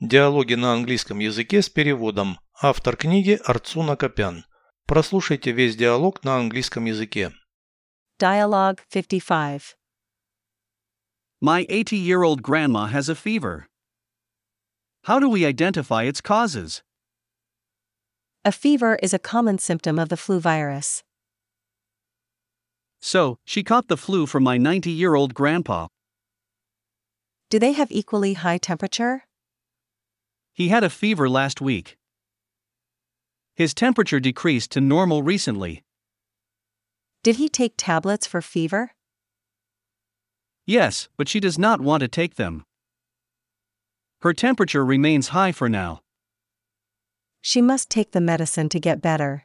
Диалоги на английском языке с переводом. Автор книги Арцуна Копян. Прослушайте весь диалог на английском языке. Dialogue 55. My 80 year old grandma has a fever. How do we identify its causes? A fever is a common symptom of the flu virus. So, she caught the flu from my 90 year old grandpa. Do they have equally high temperature? He had a fever last week. His temperature decreased to normal recently. Did he take tablets for fever? Yes, but she does not want to take them. Her temperature remains high for now. She must take the medicine to get better.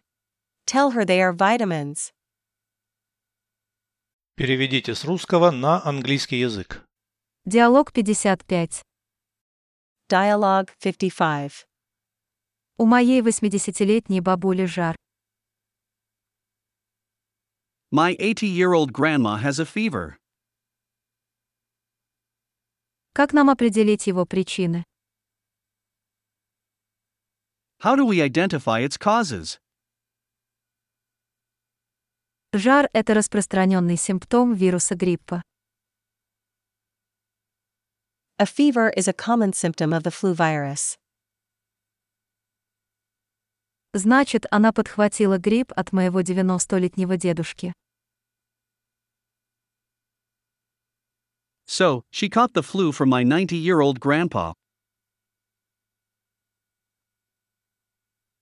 Tell her they are vitamins. Переведите с русского на английский язык. Диалог 55. Dialogue 55. У моей 80-летней бабули жар. My 80 year old grandma has a fever. Как нам определить его причины? How do we identify its causes? Жар – это распространенный симптом вируса гриппа. A fever is a common symptom of the flu virus. Значит, она подхватила грипп от моего 90-летнего дедушки. So, she caught the flu from my 90 year old grandpa.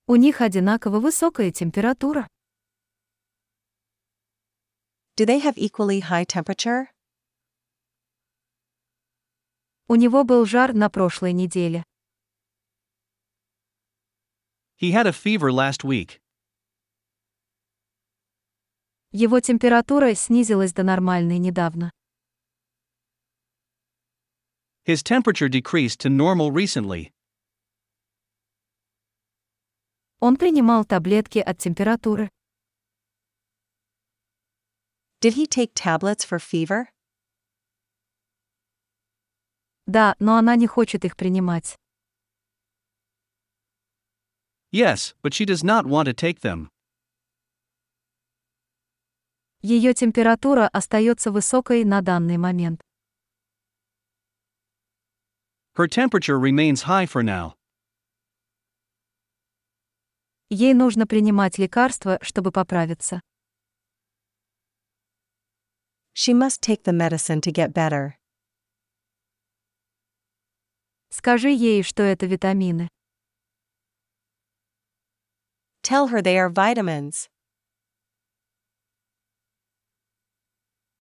У них одинаково высокая температура. Do they have equally high temperature? У него был жар на прошлой неделе. He had a fever last week. Его температура снизилась до нормальной недавно. His temperature decreased to normal recently. Он принимал таблетки от температуры. Did he take tablets for fever? Да, но она не хочет их принимать. Yes, but she does not want to take them. Ее температура остается высокой на данный момент. Her temperature remains high for now. Ей нужно принимать лекарства, чтобы поправиться. She must take the medicine to get better. Скажи ей, что это витамины. Tell her they are vitamins.